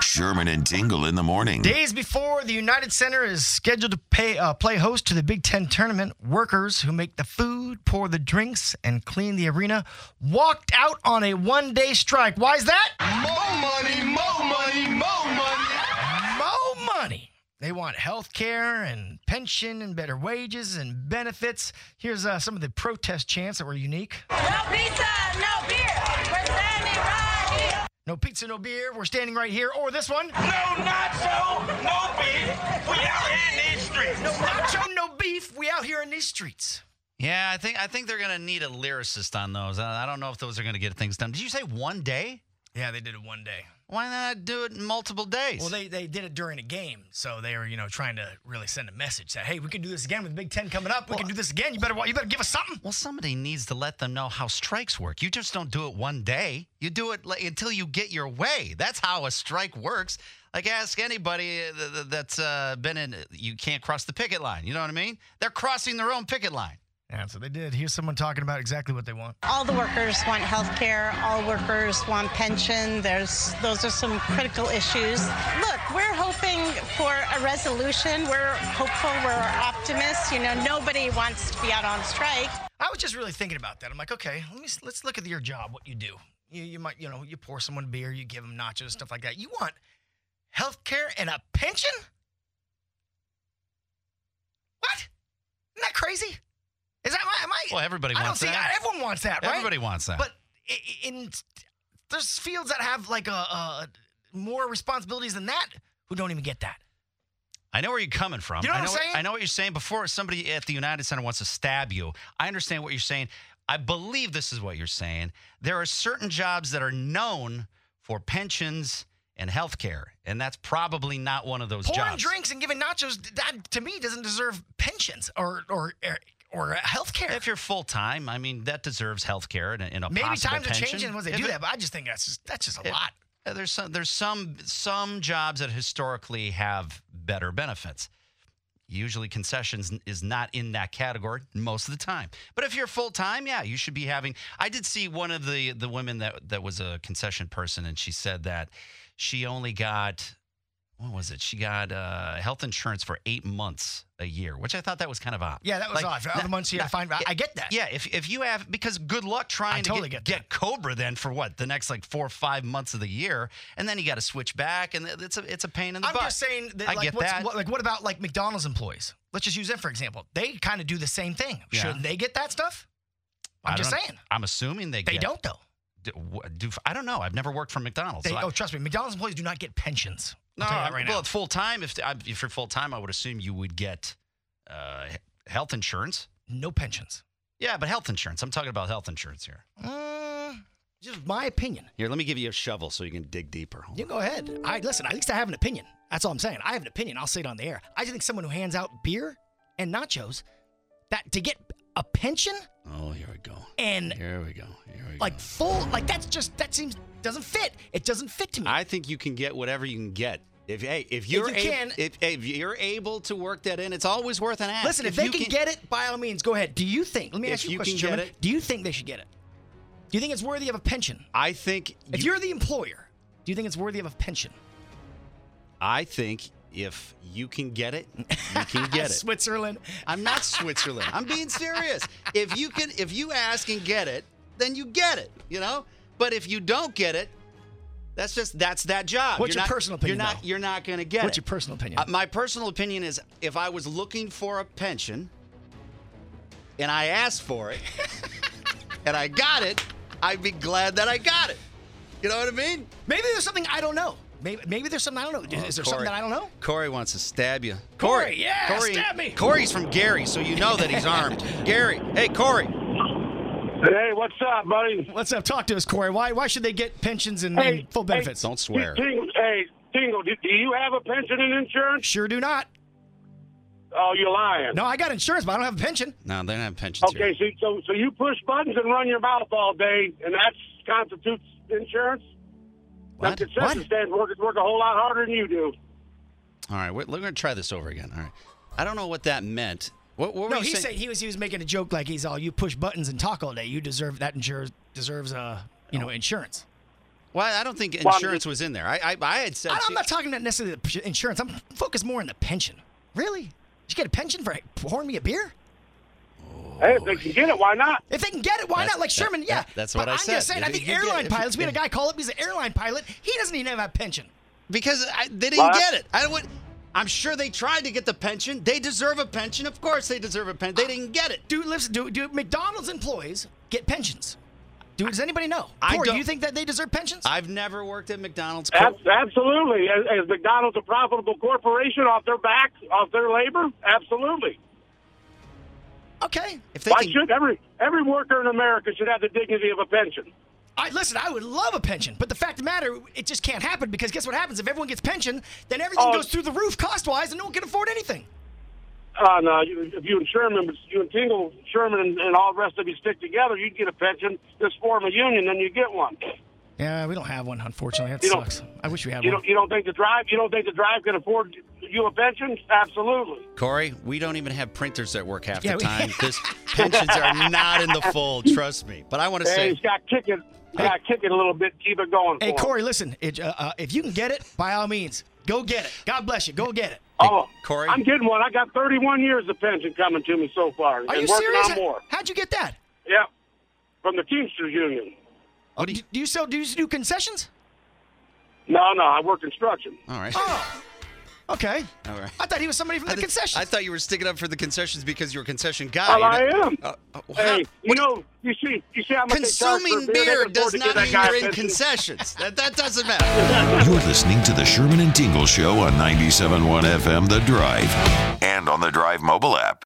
Sherman and Tingle in the morning. Days before the United Center is scheduled to pay, uh, play host to the Big Ten tournament, workers who make the food, pour the drinks, and clean the arena walked out on a one day strike. Why is that? More money, more money, more money. More money. They want health care and pension and better wages and benefits. Here's uh, some of the protest chants that were unique. No pizza, no beer. We're standing right here. No pizza, no beer. We're standing right here. Or this one. No nacho, no beef. We out here in these streets. No nacho, no beef. We out here in these streets. Yeah, I think I think they're gonna need a lyricist on those. I, I don't know if those are gonna get things done. Did you say one day? Yeah, they did it one day. Why not do it in multiple days? Well, they, they did it during a game, so they were you know trying to really send a message that hey, we can do this again with Big Ten coming up. We can do this again. You better wa- you better give us something. Well, somebody needs to let them know how strikes work. You just don't do it one day. You do it like, until you get your way. That's how a strike works. Like, ask anybody th- th- that's uh, been in. You can't cross the picket line. You know what I mean? They're crossing their own picket line. Yeah, so they did. Here's someone talking about exactly what they want. All the workers want health care. All workers want pension. There's those are some critical issues. Look, we're hoping for a resolution. We're hopeful. We're optimists. You know, nobody wants to be out on strike. I was just really thinking about that. I'm like, okay, let me s- let's look at your job, what you do. You you might you know you pour someone beer, you give them nachos, stuff like that. You want health care and a pension? What? Isn't that crazy? Is that am I? Well, everybody I don't wants think that. everyone wants that, right? Everybody wants that. But i- i- in there's fields that have like a, a more responsibilities than that who don't even get that. I know where you're coming from. You know I what know I'm saying? I know what you're saying. Before somebody at the United Center wants to stab you, I understand what you're saying. I believe this is what you're saying. There are certain jobs that are known for pensions and health care, and that's probably not one of those Pouring jobs. drinks and giving nachos that to me doesn't deserve pensions or or or, or health care. If you're full time, I mean, that deserves health care and, a- and a Maybe possible times are pension. changing once they If do it- that, but I just think that's just that's just a if- lot. Uh, There's some there's some some jobs that historically have better benefits. Usually concessions n- is not in that category most of the time. But if you're full time, yeah, you should be having I did see one of the the women that that was a concession person and she said that she only got what was it? She got uh, health insurance for eight months a year, which I thought that was kind of odd. Yeah, that was Like, odd. For other not- months, you gotta not- find. I, I get that. yeah, if if you have because good luck trying to totally get, get that. get Cobra then for what the next like four or five months of the year, and then you got to switch back, and it's a it's a pain in the I'm butt. just saying that. I like, get what's, that. What, like, what about like McDonald's employees? Let's just use them for example. They kind of do the same thing. Yeah. Shouldn't they get that stuff? I I'm just don't- saying. I'm assuming they They get- don't though. Do, wh- do- I don't know. I've never worked for McDonald's. They, so I- oh, trust me, McDonald's employees do not get pensions. no, I'll tell you that right well, now. full time. If I- if you're full time, I would assume you would get uh, he- health insurance. No pensions. Yeah, but health insurance. I'm talking about health insurance here. Mm, just my opinion. Here, let me give you a shovel so you can dig deeper. Hold You go ahead. I listen. At least I have an opinion. That's all I'm saying. I have an opinion. I'll say it on the air. I just think someone who hands out beer and nachos, that to get a pension on. Oh, here we go. and Here we go. Here we like full, like that's just that seems doesn't fit. It doesn't fit to me. I think you can get whatever you can get. If hey, if you're you ab- can- if, if you're able to work that in, it's always worth an ask. listen, if, they can, get it, by all means, go ahead. Do you think? Let me If ask you a you question, can Sherman. get it- Do you think they should get it? Do you think it's worthy of a pension? I think if you- you're the employer, do you think it's worthy of a pension? I think if you can get it, you can get it. Switzerland. I'm not Switzerland. I'm being serious. If you can, if you ask and get it, then you get it. You know. But if you don't get it, that's just that's that job. What's You're your not- personal opinion, You're not though? you're not going to get What's it. your personal opinion? Uh, my personal opinion is if I was looking for a pension and I asked for it and I got it, I'd be glad that I got it. You know what I mean? Maybe there's something I don't know. Maybe, maybe there's something I don't know. Is, is there something Corey- that I don't know? Corey wants to stab you. Corey, yeah, Corey, stab me. Corey's from Gary, so you know that he's armed. Gary, hey, Corey. Hey, what's up, buddy? What's up? uh, Talk to us, Corey. Why why should they get pensions and, Hey, and full hey. benefits? Don't swear. Ting- hey, Tingle, do, do you have a pension and insurance? Sure do not. Oh, you're lying. No, I got insurance, but I don't have a pension. No, they don't have pensions here. Okay, so, so so you push buttons and run your mouth all day, and that constitutes insurance. What? The concession What? stands work work a whole lot harder than you do. All right, we're, we're going to try this over again. All right. I don't know what that meant. What, what were No, you he saying? said he was he was making a joke like he's all you push buttons and talk all day. You deserve that insure deserves uh you know insurance. Well, I don't think I'm insurance just- was in there. I I, I had said. I, she- I'm not talking about necessarily the p- insurance. I'm focused more on the pension. Really? You get a pension for pouring me a beer? Hey, if they can get it, why not? If they can get it, why That's- not? Like Sherman, that- yeah. that- that's But what I I'm said. just saying. I If think you get- airline if you- pilots. We had a guy call up. He's an airline pilot. He doesn't even have a pension. because I, they didn't What? get it. I would. I'm sure they tried to get the pension. They deserve a pension. Of course, they deserve a pension. They didn't get it. Do listen. Do, do McDonald's employees get pensions? Do does anybody know? I Corey, do don't- you think that they deserve pensions? I've never worked at McDonald's. Ab- absolutely. Is, is McDonald's a profitable corporation off their back, off their labor? Absolutely. okay. If they Why can, should every every worker in America should have the dignity of a pension? I listen. I would love a pension, but the fact of the matter, it just can't happen because guess what happens? If everyone gets pension, then everything Oh. goes through the roof cost wise, and no one can afford anything. Oh no! You, if you and Sherman, you and Tingle, Sherman, and, and all the rest of you stick together, you'd get a pension. Just form a union, then you get one. Yeah, we don't have one, unfortunately. That You don't- sucks. I wish we had You one. don't. You don't think the drive? You don't think the drive can afford you a pension? Absolutely. Corey, we don't even have printers that work half Yeah, the we- time. this pensions are not in the fold. Trust me. But I want to Hey, say, he's got kicking. Got kicking a little bit. Keep it going. Hey, for him. Corey, listen. It, uh, uh, if you can get it, by all means, go get it. God bless you. Go get it. Oh, Corey? I'm getting one. I got 31 years of pension coming to me so Are far, and you working serious? on more. How'd you get that? Yep, from the Teamsters Union. what do Do, you? do you sell? Do you do concessions? No, no, I work construction. All right. Oh, okay. All right. I thought he was somebody from I the th- concession. I thought you were sticking up for the concessions because you're a concession guy. Well, I You're not- am. Uh, uh, how- Hey, you what- know, you see, you see how much consuming they charge for a They beer can afford does to not give that mean guy a you're in pension. concessions. That, that doesn't matter. You're listening to the Sherman and Tingle Show on 97.1 FM The Drive and on the Drive mobile app.